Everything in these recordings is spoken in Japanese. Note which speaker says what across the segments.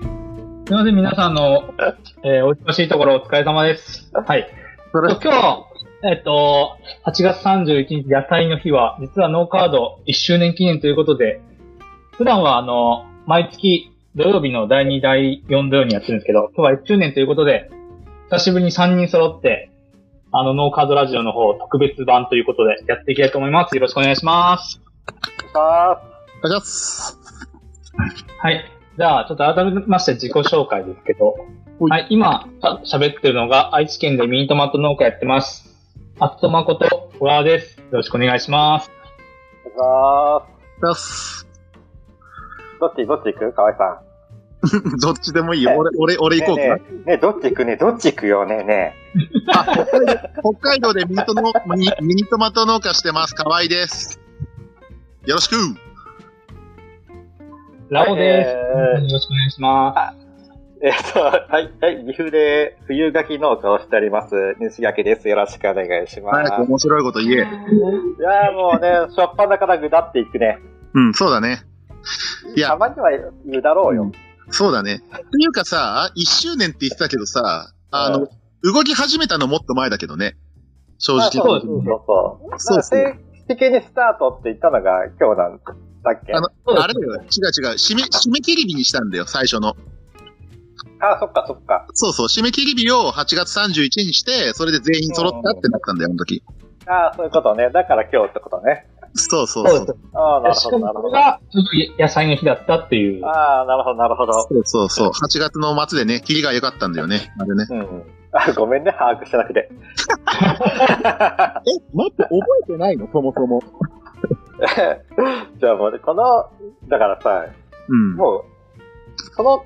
Speaker 1: すみません、皆さんあの、えーお忙しいところお疲れ様です。はい。
Speaker 2: それ
Speaker 1: 今日、えっと、8月31日野菜の日は、実はノーカード1周年記念ということで、普段はあの、毎月土曜日の第2、第4土曜にやってるんですけど、今日は1周年ということで、久しぶりに3人揃って、あの、ノーカードラジオの方特別版ということでやっていきたいと思います。よろしくお願いします。
Speaker 2: あ
Speaker 3: お願いします。
Speaker 1: はい。じゃあ、ちょっと改めまして自己紹介ですけど、
Speaker 3: ほい
Speaker 1: はい、今、た喋ってるのが愛知県でミニトマト農家やってます。あつとまこと、小川です。よろしくお願いします。
Speaker 2: ーあ
Speaker 3: お願いします。
Speaker 2: ーどっち、どっち行く河合さ
Speaker 3: どっちでもいいよ。
Speaker 2: はい
Speaker 3: 俺、俺、俺
Speaker 2: ん。
Speaker 3: 行こうかな。
Speaker 2: ねえねえねえ、どっち行くねどっち行くよねね
Speaker 3: 北海道でミニトのミニミニトマト農家してます。河合です。よろしく。
Speaker 1: ラオです。
Speaker 2: え
Speaker 1: よろしくお願いしま
Speaker 2: えっと、はい、はい、岐阜で冬柿農家をしております、西垣です。よろしくお願いしま
Speaker 3: 早
Speaker 2: す
Speaker 3: く。面白いこと言え。
Speaker 2: いやーもうね、 しょっぱなからぐだっていくね。
Speaker 3: うん、そうだね。いや
Speaker 2: たまにはぐだろうよ。
Speaker 3: そうだね。っていうかさ、1周年って言ってたけどさ、あの、動き始めたのもっと前だけどね。正
Speaker 2: ま
Speaker 3: 直
Speaker 2: あ。そうそうそう。
Speaker 3: そうそう
Speaker 2: なんか正式にスタートって言ったのが今日なんだっけ
Speaker 3: あの
Speaker 1: す。
Speaker 3: あれだよ。違う違う。締め、締め切り日にしたんだよ、最初の。
Speaker 2: あ、そっかそっか。
Speaker 3: そうそう。締め切り日を8月31日にして、それで全員揃ったってなったんだよ、あの時。
Speaker 2: あそういうことね。だから今日ってことね。
Speaker 3: そうそう
Speaker 1: そう
Speaker 3: そ
Speaker 1: で
Speaker 3: う。
Speaker 1: す。
Speaker 2: ああ、なる
Speaker 1: し
Speaker 2: ほ
Speaker 1: か
Speaker 2: ど、な
Speaker 1: も
Speaker 2: る
Speaker 1: こ
Speaker 2: ほ
Speaker 1: れが、ちょっと野菜の日だったっていう
Speaker 2: ど。。ああ、なるほど、なるほど。
Speaker 3: そうそうそう。8月の末でね、霧が良かったんだよね。あれね。
Speaker 2: うん。あ、ごめんね、把握してなくて。
Speaker 3: え、待って、覚えてないのそもそも。
Speaker 2: じゃあもうね、この、だからさ、
Speaker 3: うん。
Speaker 2: もう、その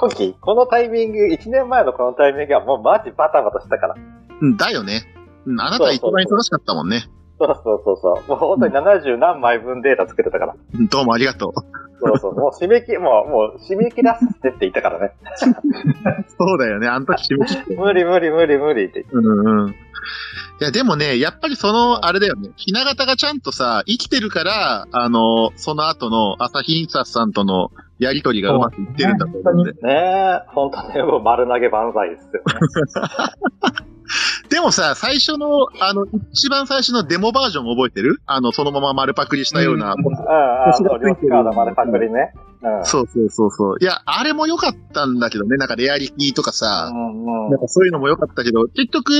Speaker 2: 時、このタイミング、1年前のこのタイミングはもうマジバタバタしたから。
Speaker 3: うんだよね。うん、あなた一番忙しかったもんね。
Speaker 2: そうそうそうそう。もう本当に70何枚分データ作ってたから。
Speaker 3: うんどうもありがとう。
Speaker 2: そうそう。もう締め切り、もう、もう締め切らせてって言ったからね。
Speaker 3: そうだよね。あの時締め切って。
Speaker 2: 無理無理無理無理って。
Speaker 3: うんうん。いや、でもね、やっぱりその、あれだよね。ひな形がちゃんとさ、生きてるから、あの、その後の朝日印刷さんとのやりとりがうまくいってるんだと思うんで。
Speaker 2: ねえ、本当ね、もう丸投げ万歳ですよね。
Speaker 3: でもさ、最初の、あの、一番最初のデモバージョン覚えてるあの、そのまま丸パクリしたような、
Speaker 1: うん
Speaker 2: うん、ああ、そ
Speaker 3: 星
Speaker 2: う、
Speaker 3: がつ
Speaker 2: 両
Speaker 3: い
Speaker 2: ス
Speaker 3: てる
Speaker 2: カードまでパクリね。うん。
Speaker 3: そうそうそうそう。いや、あれも良かったんだけどね、なんかレアリティとか
Speaker 2: う
Speaker 3: さ、
Speaker 2: んうん
Speaker 3: なんかそういうのも良かったけど、結局、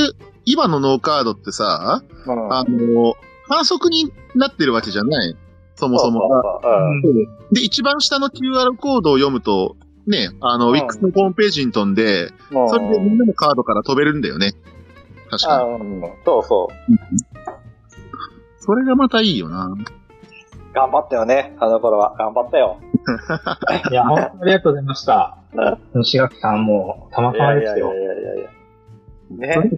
Speaker 3: 今のノーカードってさ、
Speaker 2: うん
Speaker 3: あの、反則になってるわけじゃないそもそもが。
Speaker 2: そうそうそううん
Speaker 3: で、一番下の QR コードを読むと、ね、あの、
Speaker 2: うん
Speaker 3: WIX のホームページに飛んで、
Speaker 2: もう
Speaker 3: それでみんなのカードから飛べるんだよね。確
Speaker 2: あ
Speaker 3: かに。
Speaker 2: うんそうそ
Speaker 3: それがまたいいよな。
Speaker 2: う。頑張ったよね、あの頃は。頑張ったよ。
Speaker 1: いや、本当にありがとうございました。西垣さんも、たま
Speaker 2: い
Speaker 1: たま
Speaker 2: やい
Speaker 1: で
Speaker 2: や
Speaker 1: す
Speaker 2: いや
Speaker 1: よ。
Speaker 2: いやいや。ね。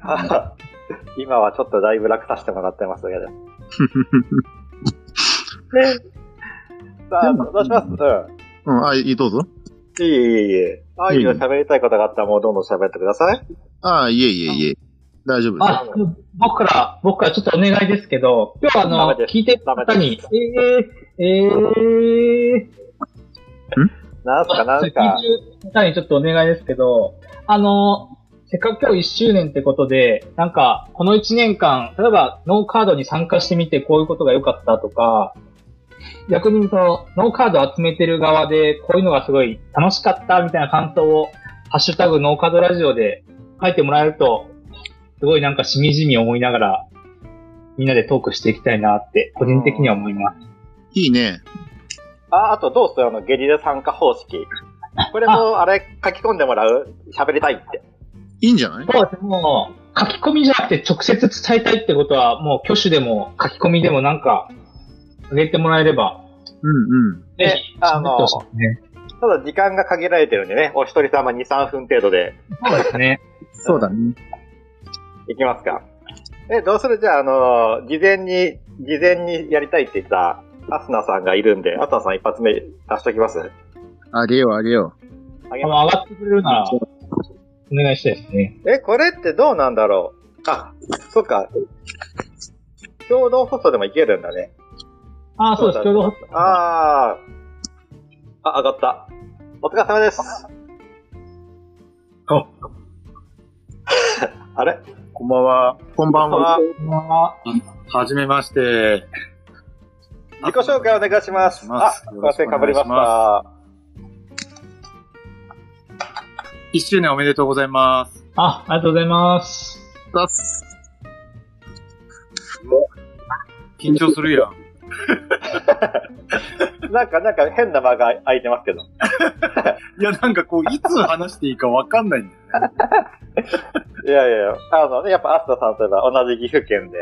Speaker 2: 今はちょっとだいぶ楽させてもらってます けど。ね。さあ、
Speaker 3: でも
Speaker 2: どうしますう
Speaker 3: うん、あ、いい、どうぞ。
Speaker 2: ん。いえいえいえ。ああいう喋りたいことがあったらもうどんどん喋ってください。
Speaker 3: あ、いえいえいえ。大丈夫ですよ。
Speaker 1: あ、僕から、僕からちょっとお願いですけど、今日はあ
Speaker 2: ダ
Speaker 1: の
Speaker 2: メで、す
Speaker 1: 聞いてる方に、えー、えー、
Speaker 2: なんす かなんすか。
Speaker 1: 聞いてる方にちょっとお願いですけど、あの、せっかく今日1周年ってことで、なんか、この1年間、例えば、ノーカードに参加してみて、こういうことが良かったとか、逆にその、ノーカード集めてる側で、こういうのがすごい楽しかったみたいな感想を、ハッシュタグノーカードラジオで書いてもらえると、すごいなんかしみじみ思いながら、みんなでトークしていきたいなって、個人的には思います。
Speaker 3: いいね。
Speaker 2: あ、あとどうするあの、ゲリラ参加方式。これも、あれ、書き込んでもらう喋りたいって。
Speaker 3: いいんじゃない
Speaker 1: そうですね、もう、書き込みじゃなくて直接伝えたいってことは、もう挙手でも書き込みでもなんか、あげてもらえれば、
Speaker 3: うんうん。
Speaker 1: ぜ
Speaker 2: ね
Speaker 1: ひ、
Speaker 2: あの
Speaker 1: 喋ってほしいですね。
Speaker 2: ただ時間が限られてるんでね、お一人様2、3分程度で
Speaker 1: そうです ね。
Speaker 3: そうだね。
Speaker 2: いきますか。え、どうするじゃあ、あの、事前に、事前にやりたいって言った、アスナさんがいるんで、アスナさん一発目出しときます
Speaker 3: あげようあげよ
Speaker 2: あげ
Speaker 1: あ
Speaker 2: ま
Speaker 1: の、上がってくれるなら、お願いしたいですね。
Speaker 2: す。え、これってどうなんだろうあ、そっか。共同放送でもいけるんだね。
Speaker 1: ああ、そうです。
Speaker 2: そ
Speaker 1: 共
Speaker 2: うだ
Speaker 1: 同
Speaker 2: あー。あ、上がった。お疲れ様です。 あれ
Speaker 4: こんばんは。
Speaker 3: こんばんは。
Speaker 1: まあ、
Speaker 4: はじめまして。
Speaker 2: 自己紹介お願いします。
Speaker 4: お願い
Speaker 2: あ、
Speaker 4: します
Speaker 2: すいません、かぶりまし
Speaker 4: よろしくお願
Speaker 2: た。
Speaker 4: 1周年おめでとうございます。
Speaker 1: あありがとうございます。
Speaker 3: だっす
Speaker 4: 緊張するやん。
Speaker 2: なんか、なんか変な間が空いてますけど。
Speaker 4: いや、なんかこう、いつ話していいかわかんないんだよ。
Speaker 2: いやいやいや、あのね、やっぱアスタさんといえば同じ岐阜県で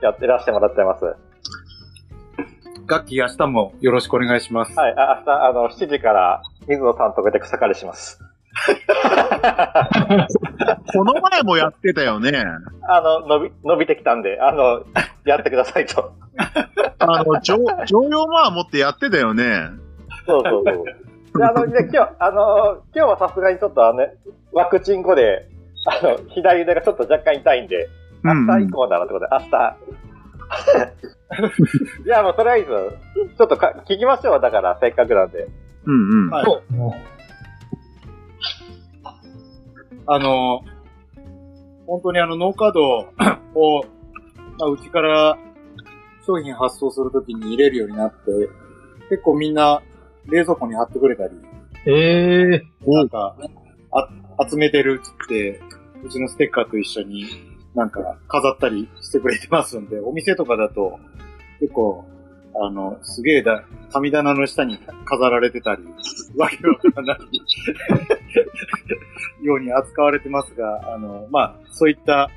Speaker 2: やってらしてもらってます。は
Speaker 4: 楽器明日もよろしくお願いします。
Speaker 2: い、あ明日、あの、7時から水野さんとこで草刈りします。
Speaker 3: この前もやってたよね。
Speaker 2: あの、伸び、伸びてきたんで、あの、 やってくださいと。
Speaker 3: あ の、常常用マー持ってやってたよね。
Speaker 2: そうそうそう。 であの、で今日、あの、今日はさすがにちょっとあの、ね、ワクチン後で、あの、左腕がちょっと若干痛いんで、
Speaker 3: う
Speaker 2: 明
Speaker 3: ん
Speaker 2: 日以降だなってことで、明日。 いや、もうそれはいいですちょっとか聞きましょう、だから、せっかくなんで。
Speaker 3: うんうん。
Speaker 4: はい
Speaker 1: そうも
Speaker 4: あの、本当にあの、ノーカードを、まあ、うちから商品発送するときに入れるようになって、結構みんな冷蔵庫に貼ってくれたり、
Speaker 1: うええ
Speaker 4: なんか、あ集めてるっつって、うちのステッカーと一緒になんか飾ったりしてくれてますんで、お店とかだと結構、あの、すげえだ、神棚の下に飾られてたり、わけわからない ように扱われてますが、あの、まあ、そういった、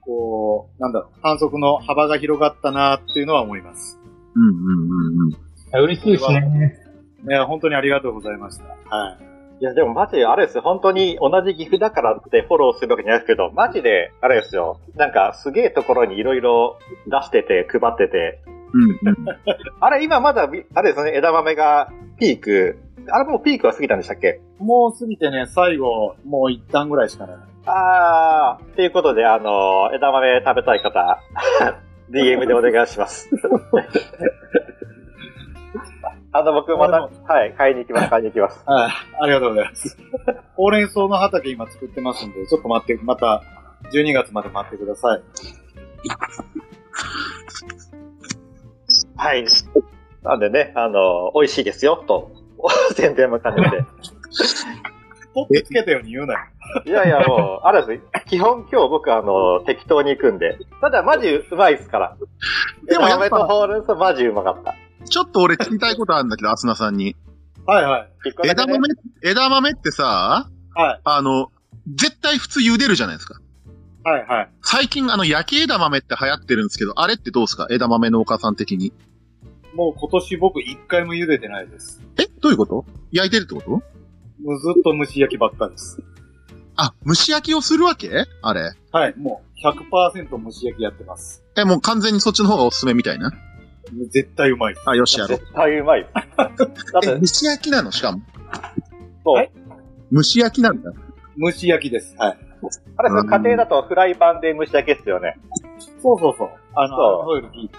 Speaker 4: こう、なんだろう、反則の幅が広がったなっていうのは思います。
Speaker 3: うんうんうん
Speaker 1: ー、
Speaker 3: うん。
Speaker 1: 嬉しいですね。
Speaker 4: いや、本当にありがとうございました。はい。
Speaker 2: いや、でもマジ、あれですよ、本当に同じ岐阜だからってフォローするわけじゃないですけど、マジで、あれですよ、なんかすげえところにいろいろ出してて、配ってて、
Speaker 3: うんうん。
Speaker 2: あれ、今まだ、みあれですね、枝豆がピーク、あれもうピークは過ぎたんでしたっけ
Speaker 4: もう過ぎてね、最後、もう一旦ぐらいしかない。
Speaker 2: あー、っていうことで、あの、枝豆食べたい方、DM でお願いします。 あの、僕また、はい、買いに行きます、買いに行きます。
Speaker 4: はい、ありがとうございます。ほうれん草の畑今作ってますんで、ちょっと待って、また、12月まで待ってください。
Speaker 2: はい。なんでね、あの、美味しいですよ、と、 宣伝も兼ねて。
Speaker 4: 取ってつけたように言うなよ。
Speaker 2: いやいや、もう、あれです。基本今日僕、あの、適当に行くんで。ただ、マジうまいっすから。
Speaker 3: でもやっぱ
Speaker 2: 枝豆とほうれん草、マジうまかった。
Speaker 3: ちょっと俺聞きたいことあるんだけど、アスナさんに。
Speaker 4: はいはい。
Speaker 2: 一個だけ
Speaker 3: 枝
Speaker 2: ね
Speaker 3: 豆、枝豆ってさ、
Speaker 4: はい。
Speaker 3: あの、絶対普通茹でるじゃないですか。
Speaker 4: はいはい。
Speaker 3: 最近あの焼き枝豆って流行ってるんですけど、あれってどうですか枝豆農家さん的に。
Speaker 4: もう今年僕一回も茹でてないです。
Speaker 3: えどういうこと焼いてるってこと
Speaker 4: もうずっと蒸し焼きばっかりです。
Speaker 3: あ、蒸し焼きをするわけあれ。
Speaker 4: はい、もう100%蒸し焼きやってます。
Speaker 3: え、もう完全にそっちの方がおすすめみたいな。
Speaker 4: 絶対うまいです。
Speaker 3: あ、よしやろう。
Speaker 2: 絶対うまいっす。だっ
Speaker 3: え、
Speaker 2: て
Speaker 3: 蒸、し焼きなのしかも。
Speaker 2: そう。
Speaker 4: はい
Speaker 3: 蒸し焼きなんだ。
Speaker 4: 蒸し焼きです。はい。
Speaker 2: あれ、その家庭だとフライパンで蒸し焼きっすよね。
Speaker 4: そうそうそう。あの、
Speaker 2: そう
Speaker 4: オイル聞いて。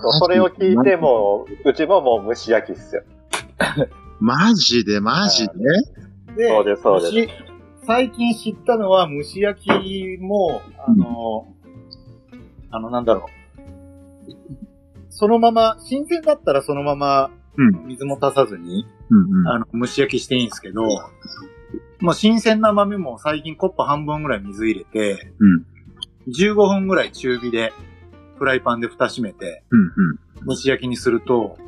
Speaker 2: そうそれを聞いて、もう、うちももう蒸し焼きっすよ。
Speaker 3: マジで、マジで。
Speaker 4: で、
Speaker 2: そうです、そうです。
Speaker 4: 蒸し最近知ったのは蒸し焼きも、あの、あの、なんだろう。そのまま、新鮮だったらそのまま
Speaker 3: うん。
Speaker 4: 水も足さずに、
Speaker 3: うんうん。
Speaker 4: あの、蒸し焼きしていいんですけど、もう新鮮な豆も最近コップ半分ぐらい水入れて、
Speaker 3: うん
Speaker 4: 15分ぐらい中火で、フライパンで蓋閉めて、
Speaker 3: うん
Speaker 4: 蒸し焼きにすると、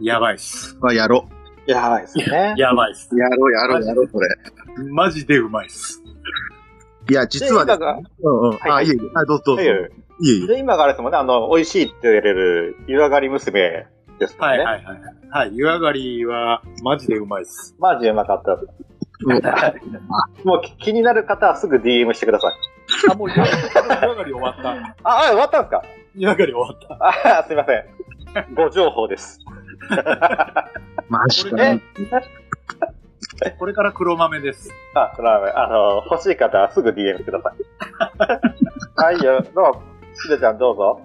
Speaker 4: やばいっす。
Speaker 3: うん。あ、やろう。
Speaker 2: やばいっすね。
Speaker 4: やばいっす。
Speaker 3: やろう、やろう、やろう、これ。
Speaker 4: マジでうまいっす。
Speaker 3: いや、実は
Speaker 2: で
Speaker 3: ね、
Speaker 2: 今が
Speaker 3: うんうん。あ、
Speaker 2: はい
Speaker 3: いえいえ。あ、どうぞ、どうぞ。いえ
Speaker 2: で
Speaker 3: いえ。
Speaker 2: 今があれですもんね、あの、美味しいって言われる、湯上がり娘ですもん
Speaker 4: はい
Speaker 2: ね。
Speaker 4: はいはい。はい、湯上がりは、マジでうまいっす。
Speaker 2: マジうまかったっす。
Speaker 3: うん
Speaker 2: もうき気になる方はすぐ DM してください。
Speaker 4: あ、もう湯上がり、湯上がり終わった。
Speaker 2: あ、あ終わったんですか
Speaker 4: 湯上がり終わった。
Speaker 2: あーすいません。ご情報です。
Speaker 3: マジ
Speaker 4: こ
Speaker 3: か
Speaker 4: れ
Speaker 3: よ
Speaker 4: ね。これから黒豆です。
Speaker 2: あ、そのあの、欲しい方はすぐ DM ください。はいよ、どうも、しずちゃんどうぞ。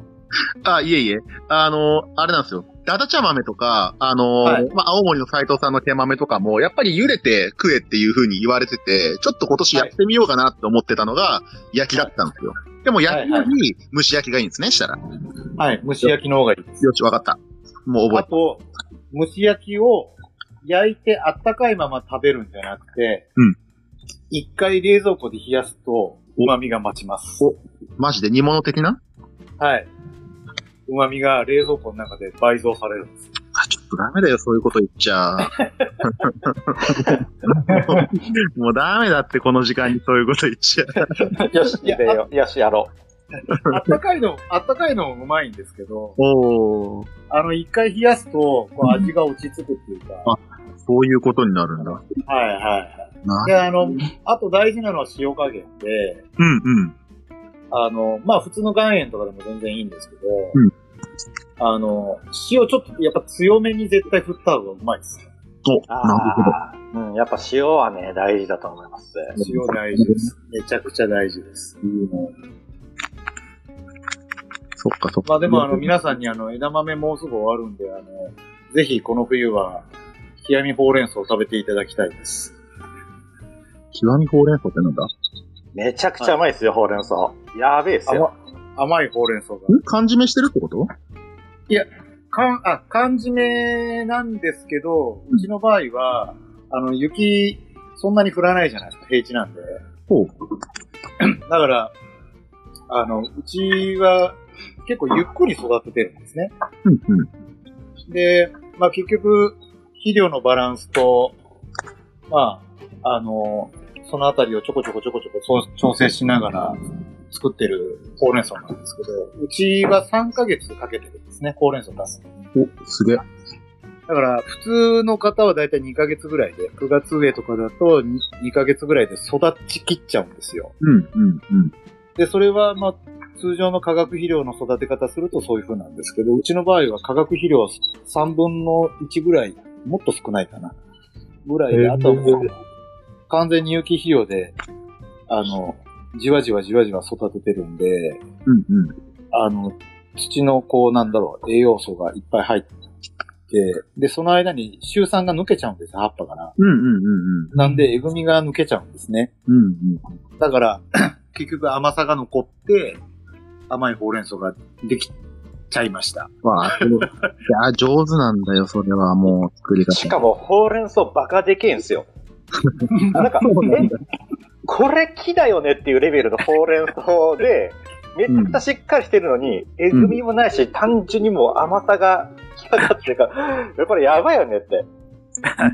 Speaker 3: あ、いえいえ。あの、あれなんですよ。だだ茶豆とか、あのー
Speaker 4: はい
Speaker 3: まあ、青森の斎藤さんの手豆とかも、やっぱり茹でて食えっていう風に言われてて、ちょっと今年やってみようかなと思ってたのが、焼きだったんですよ。でも焼きより蒸し焼きがいいんですね、したら。よ
Speaker 4: はい。蒸し焼きの方がいいです。
Speaker 3: し、わかった。もう覚え
Speaker 4: あと、蒸し焼きを焼いてあったかいまま食べるんじゃなくて、
Speaker 3: うん
Speaker 4: 一回冷蔵庫で冷やすと、旨味が待ちます。
Speaker 3: て、マジで煮物的な
Speaker 4: はい。旨味が冷蔵庫の中で倍増され るんです。
Speaker 3: あ、ちょっとダメだよ、そういうこと言っちゃ。 もうダメだって、この時間にそういうこと言っちゃ。
Speaker 2: よし、
Speaker 4: いや
Speaker 2: でよよし、やろ
Speaker 4: あったかいの、あったかいのもうまいんですけど、
Speaker 3: おー、
Speaker 4: あの、一回冷やすと、こう味が落ち着くっていうか、
Speaker 3: そういうことになるんだ。
Speaker 4: はいはい。
Speaker 3: な
Speaker 4: で、あの、あと大事なのは塩加減で、
Speaker 3: うんうん。
Speaker 4: あの、まあ普通の岩塩とかでも全然いいんですけど、
Speaker 3: うん
Speaker 4: あの、塩ちょっとやっぱ強めに絶対振った方がうまいです。
Speaker 3: お、
Speaker 2: う。
Speaker 3: なるほど。
Speaker 2: ああ、うん、やっぱ塩はね、大事だと思います。
Speaker 4: 塩大事です。めちゃくちゃ大事です。
Speaker 3: そっかそっか。
Speaker 4: まあでもあの皆さんにあの枝豆もうすぐ終わるんで、あの、ぜひこの冬は、冷やみほうれん草を食べていただきたいです。
Speaker 3: 極みほうれん草ってなんだ
Speaker 2: めちゃくちゃうまいですよ、ほうれん草。やべえっすよ。
Speaker 4: 甘甘いほうれん草が。
Speaker 3: ん缶詰してるってこと
Speaker 4: かん、あ、缶詰なんですけど、
Speaker 3: うん
Speaker 4: うちの場合は、あの、雪、そんなに降らないじゃないですか、平地なんで。
Speaker 3: ほう。
Speaker 4: だから、あの、うちは結構ゆっくり育ててるんですね。
Speaker 3: うんうん。
Speaker 4: で、まあ結局、肥料のバランスと、まあ、あの、そのあたりをちょこちょこちょこちょこそう調整しながら作ってるほうれん草なんですけど、うちは3ヶ月かけてるんですね、ほうれん草出すのに。
Speaker 3: お、すげえ。
Speaker 4: だから、普通の方はだいたい2ヶ月ぐらいで、9月上とかだと 2, ヶ月ぐらいで育ちきっちゃうんですよ。
Speaker 3: うんうんうん。
Speaker 4: で、それは、まあ、通常の化学肥料の育て方するとそういう風なんですけど、うちの場合は化学肥料3分の1ぐらい、もっと少ないかな。ぐらいで、あとはもう、完全に有機肥料で、あの、じわじわじわじわ育ててるんで、
Speaker 3: うんうん。
Speaker 4: あの、土のこう、なんだろう、栄養素がいっぱい入って、で、その間に臭酸が抜けちゃうんですよ、葉っぱから。
Speaker 3: うんうんうんうん。
Speaker 4: なんで、えぐみが抜けちゃうんですね。
Speaker 3: うん
Speaker 4: だから、 結局甘さが残って、甘いほうれん草ができちゃいました。
Speaker 3: うん。わあ、でもいや、上手なんだよ、それはもう、作り方。
Speaker 2: しかも、ほうれん草バカでけえんすよ。 なんか、え、これ木だよねっていうレベルのほうれん草で、めちゃくちゃしっかりしてるのに、えぐみもないし、単純にもう甘さが際立ってるから、 これやばいよねって。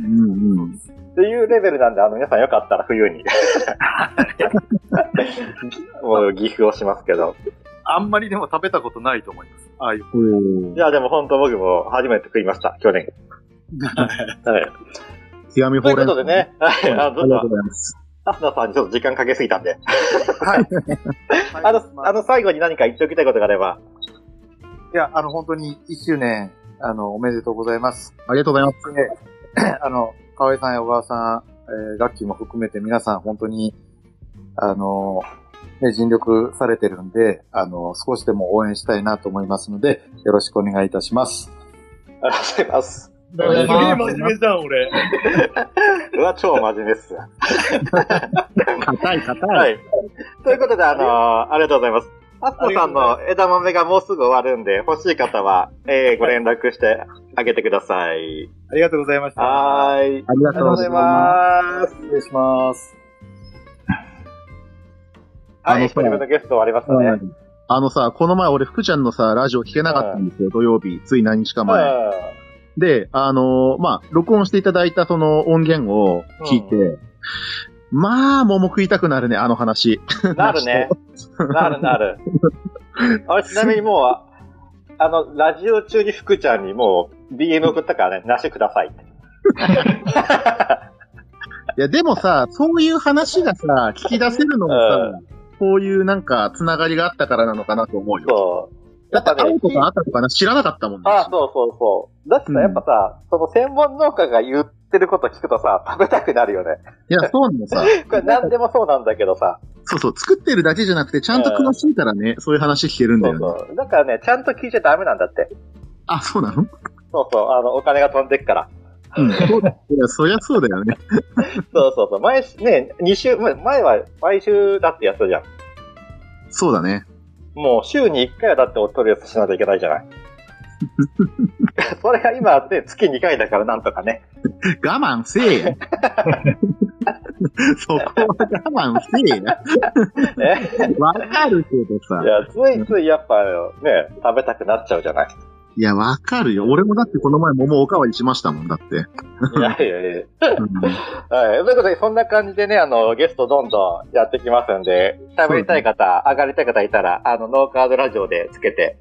Speaker 3: うんうん。
Speaker 2: っていうレベルなんで、あの、皆さんよかったら冬に。 もう、岐阜をしますけど。
Speaker 4: あんまりでも食べたことないと思います。ああいう。
Speaker 3: おー
Speaker 2: いや、でも本当僕も初めて食いました、去 年。はい。
Speaker 3: 極み
Speaker 2: と
Speaker 3: ほ
Speaker 2: いううこ
Speaker 3: れん
Speaker 2: とでね、はい、あの、ちょ
Speaker 3: あ
Speaker 2: っ
Speaker 3: りがとう
Speaker 2: と、
Speaker 3: ございます。
Speaker 2: アスナさんにちょっと時間かけすぎたんで、あ
Speaker 4: あ
Speaker 2: の、あの、最後に何か言っておきたいことがあれば、
Speaker 4: いや、あの、本当に1周年、あの、おめでとうございます。
Speaker 3: ありがとうございます。
Speaker 4: で あの、河合さんや小川さん、えー、楽器も含めて皆さん本当に、あの、ね、尽力されてるんで、あの、少しでも応援したいなと思いますので、よろしくお願いいたします。
Speaker 2: ありがとうございます。
Speaker 1: ありがとうございます
Speaker 4: 目じゃん、俺。
Speaker 2: うわ、超真面目っす。
Speaker 3: 硬い硬い。
Speaker 2: はい。ということで、あのーありがとうございます。アスナさんの枝豆がもうすぐ終わるんで、欲しい方は、えー、ご連絡してあげてください。
Speaker 4: ありがとうございました。
Speaker 2: はーい。
Speaker 3: ありが
Speaker 2: ありが
Speaker 3: と
Speaker 2: と
Speaker 3: う
Speaker 2: う
Speaker 3: ご
Speaker 2: ご
Speaker 3: ざ
Speaker 2: ざ
Speaker 3: い
Speaker 2: い
Speaker 3: ま
Speaker 2: ます。
Speaker 4: 失礼します。
Speaker 3: あの
Speaker 2: はい、一人目のゲスト終わりましたね。
Speaker 3: す。あのさ、この前俺、福ちゃんのさ、ラジオ聞けなかったんですよ、土曜日。つい何日か前。で、あのーまあ、録音していただいたその音源を聞いて、まあ、桃食いたくなるね、あの話。
Speaker 2: うんなるね。なるなる。あれ、ちなみにもうあ、あの、ラジオ中に福ちゃんにもう DM 送ったからね、なしくださいって。
Speaker 3: いや、でもさ、そういう話がさ、聞き出せるのもさ、こういうなんか、つながりがあったからなのかなと思うよ。
Speaker 2: そう。
Speaker 3: だって、会うと
Speaker 2: やっぱね
Speaker 3: かあったとかな知らなかったもんね。
Speaker 2: ああ、そうそうそう。だって
Speaker 3: うん
Speaker 2: さ、やっぱさ、その専門農家が言ってること聞くとさ、食べたくなるよね。
Speaker 3: いや、そうなのさ。
Speaker 2: これ何でもそうなんだけどさ。
Speaker 3: そうそう、作ってるだけじゃなくて、ちゃんと詳しいからね、そういう話聞けるんだ
Speaker 2: そ
Speaker 3: よ
Speaker 2: う
Speaker 3: ね。
Speaker 2: そう。だからね、ちゃんと聞いちゃダメなんだって。
Speaker 3: あ、そうなの
Speaker 2: そうそう、あの、お金が飛んでっから。
Speaker 3: うん。そうだいやそりゃそうだよね。
Speaker 2: そうそうそう。前、ね、2週、前前は毎週だってやったじゃん。
Speaker 3: そうだね。
Speaker 2: もう週に1回はだって取るやつしなきゃいけないじゃない。 それが今で月2回だからなんとかね。
Speaker 3: 我慢せ えや。そこは我慢せえや。
Speaker 2: ね
Speaker 3: わかるけどさ
Speaker 2: い。や、ついついやっぱね、食べたくなっちゃうじゃ ない。
Speaker 3: いや、わかるよ。俺もだってこの前桃おかわりしましたもん、だって。
Speaker 2: いやいやいや。
Speaker 3: うん
Speaker 2: はい。ということで、そんな感じでね、あの、ゲストどんどんやってきますんで、喋りたい方、上がりたい方いたら、あの、ノーカードラジオでつけて、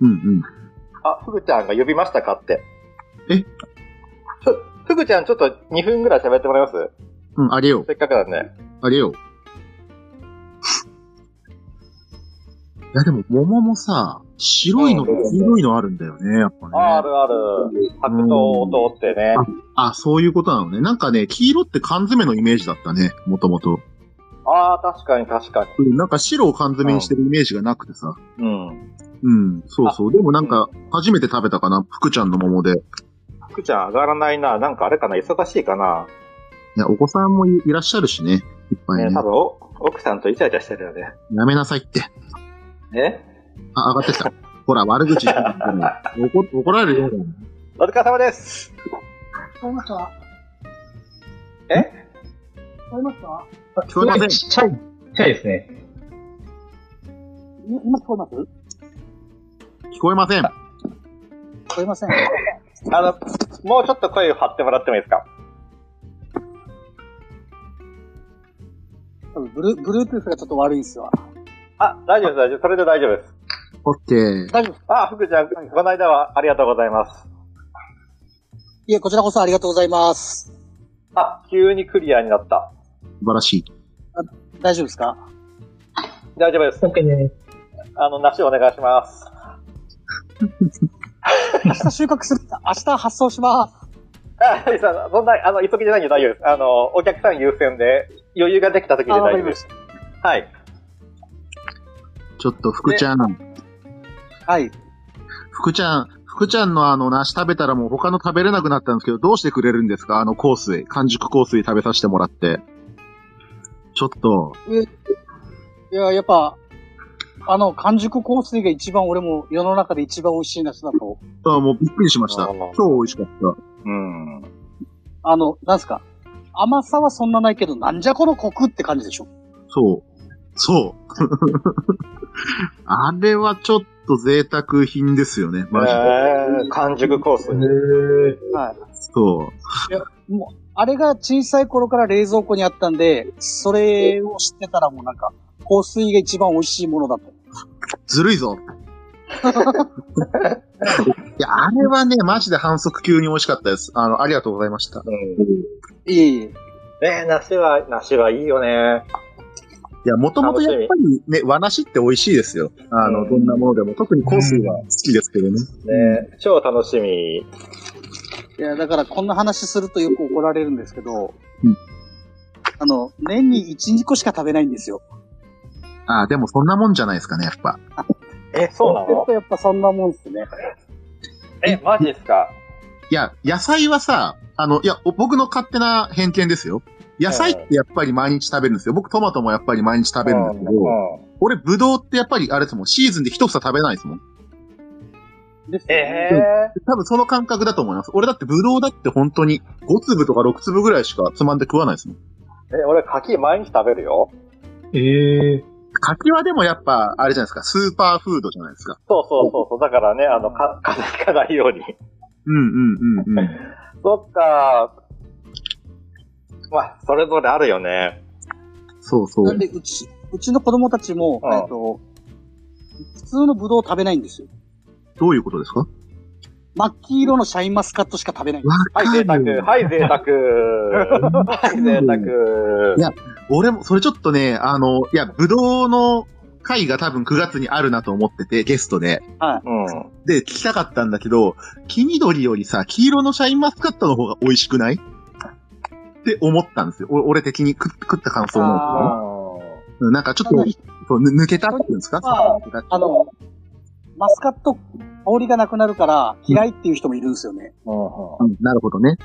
Speaker 3: うん
Speaker 2: あ、ふぐちゃんが呼びましたかって。
Speaker 3: え
Speaker 2: ふふぐちゃん、ちょっと2分ぐらい喋ってもらえます
Speaker 3: うん。うん、あげよう。
Speaker 2: せっかくなんで。
Speaker 3: あげよう。いや、でも桃もさ、白いのと黄色いのあるんだよね、やっぱね。
Speaker 2: あるある。白桃を通ってね。
Speaker 3: あ、そういうことなのね。なんかね、黄色って缶詰のイメージだったね、もともと。
Speaker 2: ああ、確かに確かに。
Speaker 3: うんなんか白を缶詰にしてるイメージがなくてさ。
Speaker 2: うん。
Speaker 3: うん、そうそう。でもなんか、初めて食べたかな、福ちゃんの桃で。い
Speaker 2: ふぐちゃん上がらないな。なんかあれかな忙しいかな。
Speaker 3: や、お子さんもいいらっしゃるしね、いっぱい
Speaker 2: ね
Speaker 3: ね。
Speaker 2: 多分お、奥さんとイチャイチャしてるよね。
Speaker 3: やめなさいって。
Speaker 2: え
Speaker 3: あ、上がって きた。ほら、悪口言ってたから怒怒られるよ。
Speaker 2: お疲れ様です。
Speaker 5: 買いました
Speaker 2: え
Speaker 5: 買いました
Speaker 3: 聞こえません
Speaker 1: ちっちゃい。ちっちゃいですね。
Speaker 5: 今今聞こえます
Speaker 3: 聞こえません。
Speaker 5: 聞こえません。
Speaker 2: あの、もうちょっと声を張ってもらってもいいですか
Speaker 5: 多分ブル、ブルートゥースがちょっと悪いんですよ。
Speaker 2: あ、大丈夫です、大丈夫。それで大丈夫です。
Speaker 3: オッケー。
Speaker 5: 大丈夫です。
Speaker 2: あ、福ちゃん、この間はありがとうございます。
Speaker 5: いえ、こちらこそありがとうございます。
Speaker 2: あ、急にクリアになった。
Speaker 3: 素晴らしい。
Speaker 5: 大丈夫ですか
Speaker 2: 大丈夫です。
Speaker 1: OK ね。
Speaker 2: あの、梨お願いします。
Speaker 5: 明日収穫する。明日発送します。
Speaker 2: あ、はいさそんな、あの、急ぎじゃないんで大丈夫です。あの、お客さん優先で、余裕ができた時で
Speaker 5: あ、わ
Speaker 2: 大
Speaker 5: か
Speaker 2: 丈
Speaker 5: り
Speaker 2: 夫で。
Speaker 5: ますし
Speaker 2: はい。
Speaker 3: ちょっと、福ちゃん、
Speaker 5: た。はい。
Speaker 3: 福ちゃん、福ちゃんのあの、梨食べたらもう他の食べれなくなったんですけど、どうしてくれるんですかあの、香水。完熟香水食べさせてもらって。ちょっと、
Speaker 5: いや、やっぱ、あの、完熟香水が一番俺も世の中で一番美味しい夏だと。
Speaker 3: あもうびっくりしました。
Speaker 2: あー
Speaker 3: 超美味しかった。
Speaker 2: うん。
Speaker 5: あの、なんすか甘さはそんなないけど、なんじゃこのコクって感じでしょ
Speaker 3: そう。そう。 あれはちょっと贅沢品ですよね。
Speaker 2: え
Speaker 3: マジで。
Speaker 2: ー、完熟コース。
Speaker 5: はい。
Speaker 3: そう。
Speaker 5: あれが小さい頃から冷蔵庫にあったんで、それを知ってたらもうなんか、香水が一番美味しいものだと。
Speaker 3: ずる いぞ。いや、あれはね、マジで反則級に美味しかったです。あの、ありがとうございました。い
Speaker 5: いえいえ。
Speaker 2: ね梨は、梨はいいよね。
Speaker 3: や、もともとやっぱりね、和梨って美味しいですよ。あの、
Speaker 2: うん
Speaker 3: どんなものでも。特に香水は好きですけどね。
Speaker 2: ね超楽しみ。
Speaker 5: いや、だからこんな話するとよく怒られるんですけど、
Speaker 3: うん
Speaker 5: あの、年に1、2個しか食べないんですよ。
Speaker 3: ああ、でもそんなもんじゃないですかね、やっぱ。
Speaker 2: え、そうな
Speaker 5: やっ
Speaker 2: の
Speaker 5: ぱやっぱそんなもんっすね。
Speaker 2: え、マジですか
Speaker 3: いや、野菜はさ、あの、いや、お僕の勝手な偏見ですよ。野菜ってやっぱり毎日食べるんですよ。僕トマトもやっぱり毎日食べるんですけ
Speaker 2: う
Speaker 3: ど、
Speaker 2: ん
Speaker 3: 俺ブドウってやっぱりあれですもん、シーズンで一房食べないですもん。
Speaker 5: ですよね
Speaker 2: えー、
Speaker 3: 多分その感覚だと思います。俺だってブドウだって本当に5粒とか6粒ぐらいしかつまんで食わないですもん。
Speaker 2: え、俺、柿毎日食べるよ。
Speaker 1: ええ
Speaker 3: 柿はでもやっぱ、あれじゃないですか、スーパーフードじゃないですか。
Speaker 2: そうそうそうそう。だからね、あの、か、 風邪ひかないように。
Speaker 3: うんうんうんうん。
Speaker 2: そっか。まあ、それぞれあるよね。
Speaker 3: そうそ
Speaker 5: なん
Speaker 3: う。
Speaker 5: で、うち、うちの子供たちも、
Speaker 2: うん
Speaker 5: えっと、普通のブドウ食べないんですよ。
Speaker 3: どういうことですか
Speaker 5: 真っ黄色のシャインマスカットしか食べないんです。
Speaker 3: わ
Speaker 2: はい、贅
Speaker 3: か
Speaker 2: 沢。
Speaker 3: るよ。
Speaker 2: はい、贅 沢。はい、贅沢。
Speaker 3: いや俺も、それちょっとね、あの、いや、ブドウの回が多分9月にあるなと思ってて、ゲストで。
Speaker 2: うん。
Speaker 3: で、聞きたかったんだけど、黄緑よりさ、黄色のシャインマスカットの方が美味しくないって思ったんですよ。お俺的に食食った感想なんですけどね
Speaker 5: あ
Speaker 3: うんなんかちょっと、そうぬ抜けたっていうんですか
Speaker 5: まあ
Speaker 3: そう抜けた
Speaker 5: あの、マスカット香りがなくなるから嫌いっていう人もいるんですよね。
Speaker 3: うん、なるほどね。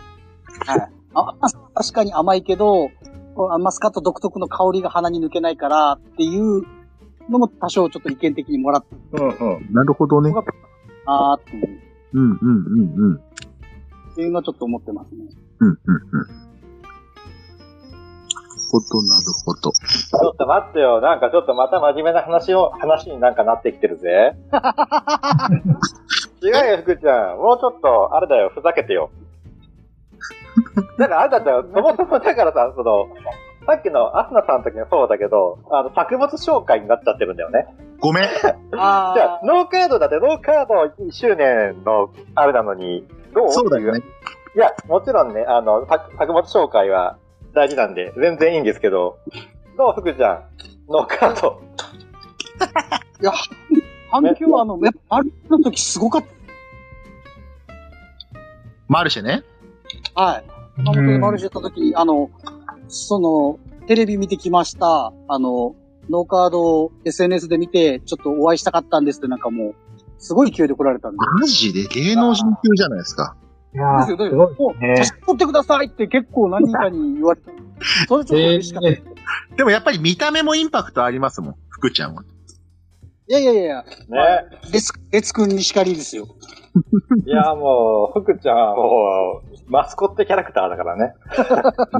Speaker 5: はい。あ確かに甘いけど、こうマスカット独特の香りが鼻に抜けないからっていうのも多少ちょっと意見的にもらって
Speaker 2: うんうん。
Speaker 3: なるほどね。
Speaker 5: あーっていう、
Speaker 3: うん、うん、うん、うん。
Speaker 5: っていうのはちょっと思ってますね。
Speaker 3: うん、うん、うん。ことなるほど。
Speaker 2: ちょっと待ってよ。なんかちょっとまた真面目な話を、話になんかなってきてる ぜ。違うよ、福ちゃん。もうちょっと、あれだよ、ふざけてよ。だからあれだったよ、そもそもだからさ、その、さっきのアスナさんの時もそうだけど、あの、作物紹介になっちゃってるんだよね。
Speaker 3: ごめん。
Speaker 5: あ
Speaker 2: じゃあ、ノーカードだって、ノーカード1周年のあれなのに、どう
Speaker 3: そうだよね。
Speaker 2: いや、もちろんね、あの、作作物紹介は大事なんで、全然いいんですけど、どう、福ちゃん、ノーカード。
Speaker 5: いや、反響はあの、やっぱ、あれの時すごかっ
Speaker 3: マルシェね。
Speaker 5: た。はい。熊本でマルシェ行った時、あの、その、テレビ見てきました。あの、ノーカードを SNS で見て、ちょっとお会いしたかったんですってなんかもう、すごい勢いで来られたんで。
Speaker 3: マジで芸能人級じゃないですか。
Speaker 1: いやー
Speaker 5: ですよ、だ
Speaker 1: す
Speaker 5: け
Speaker 1: ご
Speaker 5: ど、
Speaker 1: い。
Speaker 5: もう
Speaker 1: ね
Speaker 5: 写真撮ってくださいって結構何人かに言わ れた。それちょっと
Speaker 1: え
Speaker 5: 嬉しかった。い
Speaker 1: ー、
Speaker 3: でもやっぱり見た目もインパクトありますもん。福ちゃんは。
Speaker 5: やいやいやいや、
Speaker 2: ね。
Speaker 5: レツ、レツくんに叱りですよ。
Speaker 2: いや、もう、福ちゃんはもう、マスコットキャラクターだからね。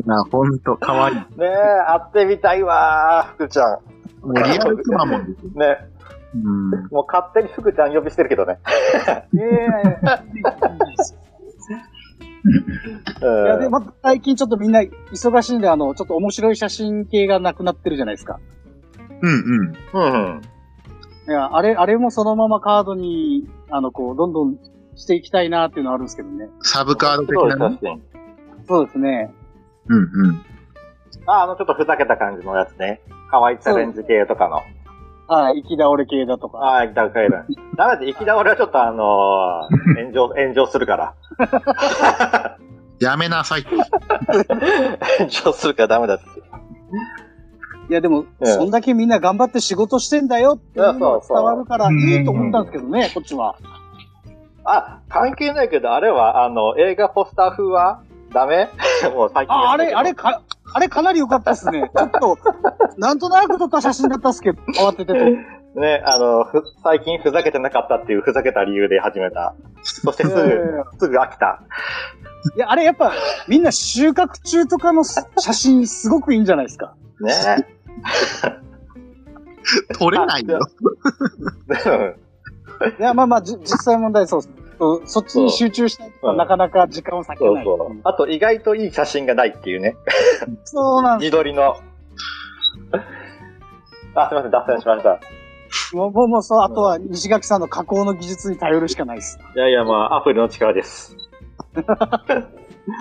Speaker 3: あ、ほんと、かわいい。
Speaker 2: ねえ、会ってみたいわー、福ちゃん。
Speaker 3: もうリアルくまモンですよ。
Speaker 2: ね
Speaker 3: うん。
Speaker 2: もう勝手に福ちゃん呼びしてるけどね。
Speaker 5: いやいやいや
Speaker 2: うん
Speaker 5: いやでまあ最近ちょっとみんな忙しいんで、あの、ちょっと面白い写真系がなくなってるじゃないですか。
Speaker 3: うんうん。
Speaker 2: うんうん。
Speaker 5: いや、あれ、あれもそのままカードに、あの、こう、どんどんしていきたいなっていうのはあるんですけどね。
Speaker 3: サブカード
Speaker 2: そうです
Speaker 3: 的なね。
Speaker 2: 確かに
Speaker 5: そうですね。
Speaker 3: うんうん。
Speaker 2: あ、あの、ちょっとふざけた感じのやつね。可愛いチャレンジ系とかの。
Speaker 5: はい、生き倒れ系だとか。
Speaker 2: ああ、行き倒れ。ダメだって、行き倒れはちょっとあの ー炎上、炎上するから。
Speaker 3: やめなさい。
Speaker 2: 炎上するからダメだって。
Speaker 5: いや、でも、
Speaker 2: ええ
Speaker 5: そんだけみんな頑張って仕事してんだよっていうのが伝わるから、
Speaker 1: いやそうそう
Speaker 5: いいと思ったんですけどね、こっちは。
Speaker 2: あ、関係ないけど、あれは、あの、映画ポスター風はダメ もう最近
Speaker 5: あ、
Speaker 2: や
Speaker 5: あ
Speaker 2: ってる
Speaker 5: れ、
Speaker 2: けど
Speaker 5: あれか、あれかなり良かったですね。ちょっと、なんとなく撮った写真だったっすけど、慌ててて。
Speaker 2: ね、あの、ふ最近ふざけてなかったっていうふざけた理由で始めた。そしてす
Speaker 5: いやい
Speaker 2: ぐ、
Speaker 5: やいや
Speaker 2: すぐ飽きた。
Speaker 5: いや、あれやっぱ、みんな収穫中とかの写真すごくいいんじゃないですか。
Speaker 2: ね。
Speaker 3: 取れないよ。
Speaker 5: いや、まあまあ、じ実際問題そうです。そうそっちに集中したいと
Speaker 2: う
Speaker 5: か、
Speaker 2: ん
Speaker 5: なかなか時間を割け
Speaker 2: そ
Speaker 5: な
Speaker 2: う
Speaker 5: い。
Speaker 2: そう。あと、意外といい写真がないっていうね。
Speaker 5: そうなんで
Speaker 2: 自撮りの。 あ、すいません、脱線しました。
Speaker 5: す。もう、もう、もうそう、あとは西垣さんの加工の技術に頼るしかないです。
Speaker 2: いやいや、まあ、アプリの力 です。そん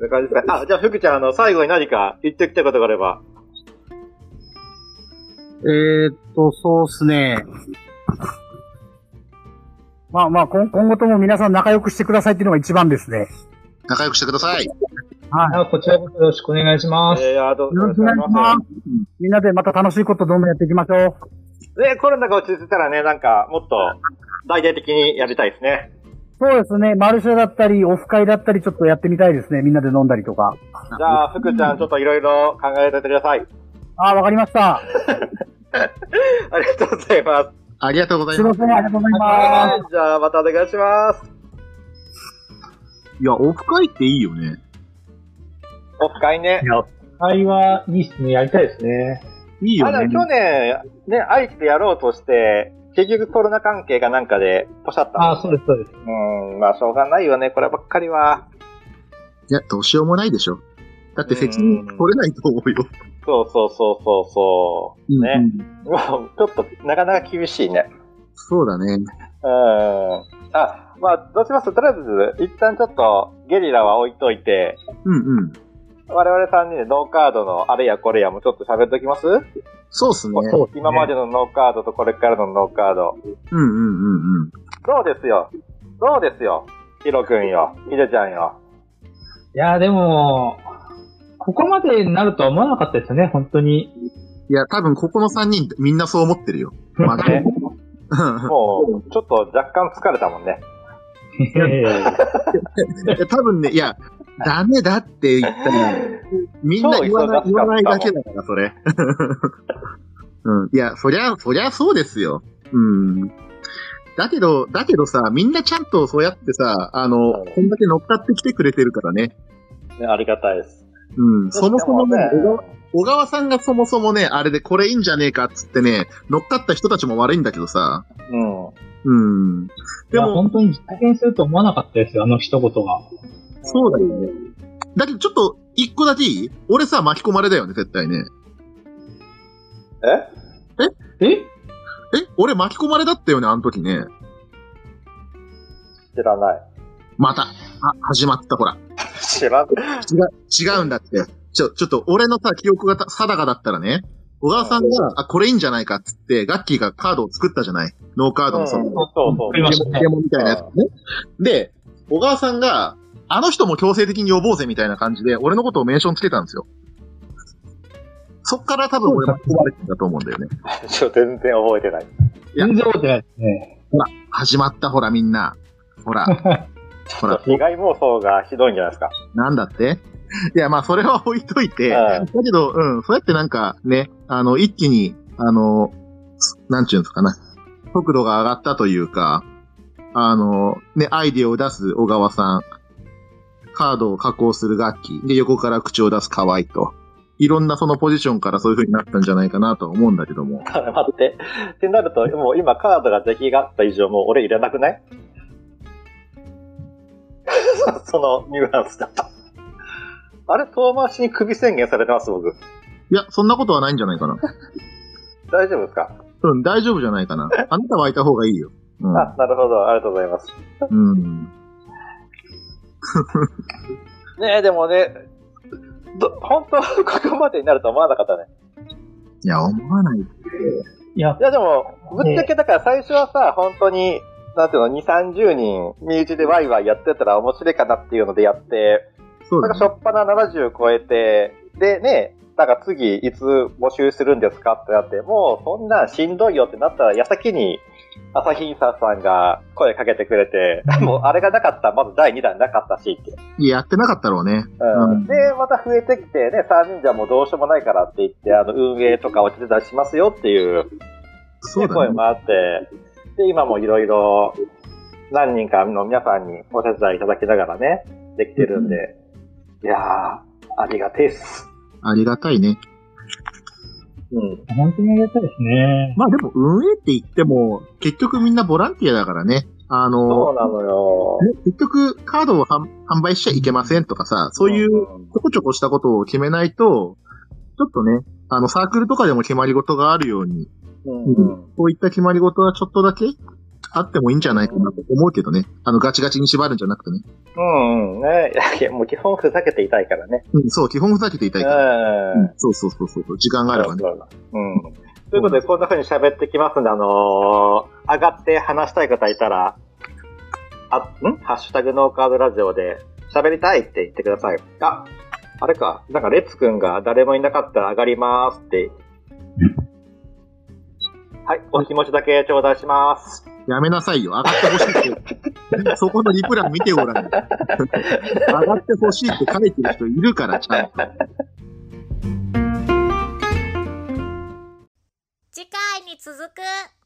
Speaker 2: な感じですかあ、じゃあ、福ちゃん、あの、最後に何か言っておきたいことがあれば。
Speaker 6: えー、っと、そうっすね。まあまあ、今今後とも皆さん仲良くしてくださいっていうのが一番ですね。
Speaker 3: 仲良くしてください。
Speaker 6: はい。
Speaker 1: あこちらこそよろしくお願いします。
Speaker 2: えー、あどう。
Speaker 6: よろしくお願いしますす。みんなでまた楽しいことどんどんやっていきましょう。
Speaker 2: ね、コロナが落ち着いたらね、なんか、もっと、大々的にやりたいですね。
Speaker 6: そうですね。マルシェだったり、オフ会だったり、ちょっとやってみたいですね。みんなで飲んだりとか。
Speaker 2: じゃあ、福ちゃん、ちょっといろいろ考えておいてください。
Speaker 6: ああ、わかりました。
Speaker 2: ありがとうございます。
Speaker 3: ありがとうござい
Speaker 6: すい
Speaker 3: ま。
Speaker 6: ますせん。ありがとうございます。
Speaker 2: じゃあ、またお願いします。
Speaker 3: いや、オフ会っていいよね。
Speaker 2: オフ会ね。
Speaker 1: 会話、いいっすね。やりたいですね。
Speaker 3: いいよ
Speaker 2: あ、で
Speaker 3: ね。
Speaker 2: も去年、ね、愛知でやろうとして、結局コロナ関係がなんかで、ポシャったの
Speaker 1: あーそうです、そうです。
Speaker 2: うーん、まあ、しょうがないよね、こればっかりは。
Speaker 3: いや、どうしようもないでしょ。だって責任取れないと思うよ。
Speaker 2: そうそうそうそうそう。
Speaker 3: う
Speaker 2: ね。
Speaker 3: ん
Speaker 2: もう、ちょっと、なかなか厳しいね。
Speaker 3: そうだね。
Speaker 2: うーん。あ、まあ、どうしますとりあえず、一旦ちょっと、ゲリラは置いといて、
Speaker 3: うんうん。
Speaker 2: 我々3人でノーカードのあれやこれやもちょっと喋っときます
Speaker 3: そうっすね。
Speaker 1: そうですね
Speaker 2: 今までのノーカードとこれからのノーカード。
Speaker 3: うんうんうんうん。
Speaker 2: どうですよどうですよヒロ君よ。ヒデちゃんよ。
Speaker 1: いやーでも、ここまでになるとは思わなかったですよね、本当に。
Speaker 3: いや、多分ここの3人みんなそう思ってるよ。まあ、
Speaker 2: ねもう、ちょっと若干疲れたもんね。
Speaker 3: いや多分ね、いや、ダメだって言ったら、みんな言わない
Speaker 2: そう
Speaker 3: 言わないだけだから、それ。 うん、いや、そりゃ、そりゃそうですよ。うん。だけど、だけどさ、みんなちゃんとそうやってさ、あの、
Speaker 2: はい
Speaker 3: こんだけ乗っかってきてくれてるからね。
Speaker 2: ねありがたいです。
Speaker 3: うん、そもそもね、
Speaker 2: で
Speaker 3: 小川小川さんがそもそもね、あれでこれいいんじゃねえかっつってね、乗っかった人たちも悪いんだけどさ。
Speaker 2: うん。
Speaker 3: うん。で
Speaker 1: でも
Speaker 3: も、
Speaker 1: 本当に実現すると思わなかったですよ、あの一言が。
Speaker 3: そうだよね。だけどちょっと、一個だけいい俺さ、巻き込まれだよね、絶対ね。
Speaker 2: え
Speaker 1: え
Speaker 3: え俺巻き込まれだったよね、あの時ね。
Speaker 2: 知らない。
Speaker 3: また。あ、始まった、ほら。
Speaker 2: 知らない。
Speaker 3: 違う、違うんだって。ちょ、ちょっと、俺のさ、記憶がた定かだったらね、小川さんが、あ、これいいんじゃないかっつって、ガッキーがカードを作ったじゃない。ノーカードのそ
Speaker 2: う
Speaker 3: の、
Speaker 2: んそうそう
Speaker 1: ありましたね
Speaker 3: デ。モみたいなやつね。で、小川さんが、あの人も強制的に呼ぼうぜみたいな感じで、俺のことをメンションつけたんですよ。そっから多分俺巻き込まれてんだと思うんだよね。
Speaker 2: ちょ、全然覚えてない。
Speaker 3: や
Speaker 1: 全然覚えてないですね。
Speaker 3: 始まった、ほらみんな。ほ ら。ほら、
Speaker 2: 被害妄想がひどいんじゃないですか。
Speaker 3: なんだっていや、まあ、それは置いといて、
Speaker 2: うん
Speaker 3: だけど、うん、そうやってなんかね、あの、一気に、あの、すなんちゅうんですかな、速度が上がったというか、あの、ね、アイディアを出す小川さん、カードを加工する楽器、で、横から口を出す河合と、いろんなそのポジションからそういう風になったんじゃないかなとは思うんだけども。
Speaker 2: 待って。ってなると、もう今カードが出来上がった以上、もう俺いらなくない そのニュアンスだった。あれ、遠回しに首宣言されてます、僕。
Speaker 3: いや、そんなことはないんじゃないかな。
Speaker 2: 大丈夫ですか、
Speaker 3: うん、大丈夫じゃないかな。あなたはいた方がいいよ。うん。
Speaker 2: あ、なるほど。ありがとうございます。
Speaker 3: うん
Speaker 2: ねえ、でもね、ど本当、 ここまでになるとは思わなかったね。
Speaker 3: いや、思わない。
Speaker 1: いや
Speaker 2: い、や、でも、ぶっちゃけだから最初はさ、本当に、なんていうの、2、30人、身内でワイワイやってたら面白いかなっていうのでやって、
Speaker 3: そう
Speaker 2: な
Speaker 3: だ
Speaker 2: ん
Speaker 3: ね
Speaker 2: かしょっぱな70超えて、でね、なんか次いつ募集するんですかってなって、もうそんなんしんどいよってなったら矢先に、朝日印刷さんが声かけてくれ て、もうあれがなかったらまず第2弾なかったしって。
Speaker 3: いややってなかったろうね。
Speaker 2: う、
Speaker 3: うん
Speaker 2: で、また増えてきてね、3人じゃもうどうしようもないからって言って、あの、運営とかお手伝いしますよっていう
Speaker 3: そうだ
Speaker 2: 声
Speaker 3: ね。
Speaker 2: もあって、で、今もいろいろ何人かの皆さんにお手伝いいただきながらね、できてるんで、いやー、ありがてえっす。
Speaker 3: ありがたいね。
Speaker 2: うん。
Speaker 1: 本当にありがたいですね。
Speaker 3: まあでも運営って言っても、結局みんなボランティアだからね。あ
Speaker 2: そ
Speaker 3: の、
Speaker 2: うなのよ。
Speaker 3: ね結局カードを販販売しちゃいけませんとかさ、そういううんちょこちょこしたことを決めないと、ちょっとね、あのサークルとかでも決まり事があるように、
Speaker 2: うん
Speaker 3: こういった決まり事はちょっとだけあってもいいんじゃないかなと思うけどね。あのガチガチに縛るんじゃなくてね。
Speaker 2: うんうんね。いやいや、もう基本ふざけていたいからね。
Speaker 3: うん、そう、基本ふざけていたいから。
Speaker 2: うん。
Speaker 3: うんそうそうそうそう、時間があればね。
Speaker 2: そうそうそううん。ということで、こんな風に喋ってきますんで、あのー上がって話したい方いたら、あ、んハッシュタグノーカードラジオで喋りたいって言ってください。あ、あれか、なんかレッツくんが誰もいなかったら上がりますって。はい、お気持ちだけ頂戴します。
Speaker 3: やめなさいよ。上がってほしいって。そこのリプラン見てごらん。上がってほしいって書いてる人いるから、ちゃんと。
Speaker 7: 次回に続く。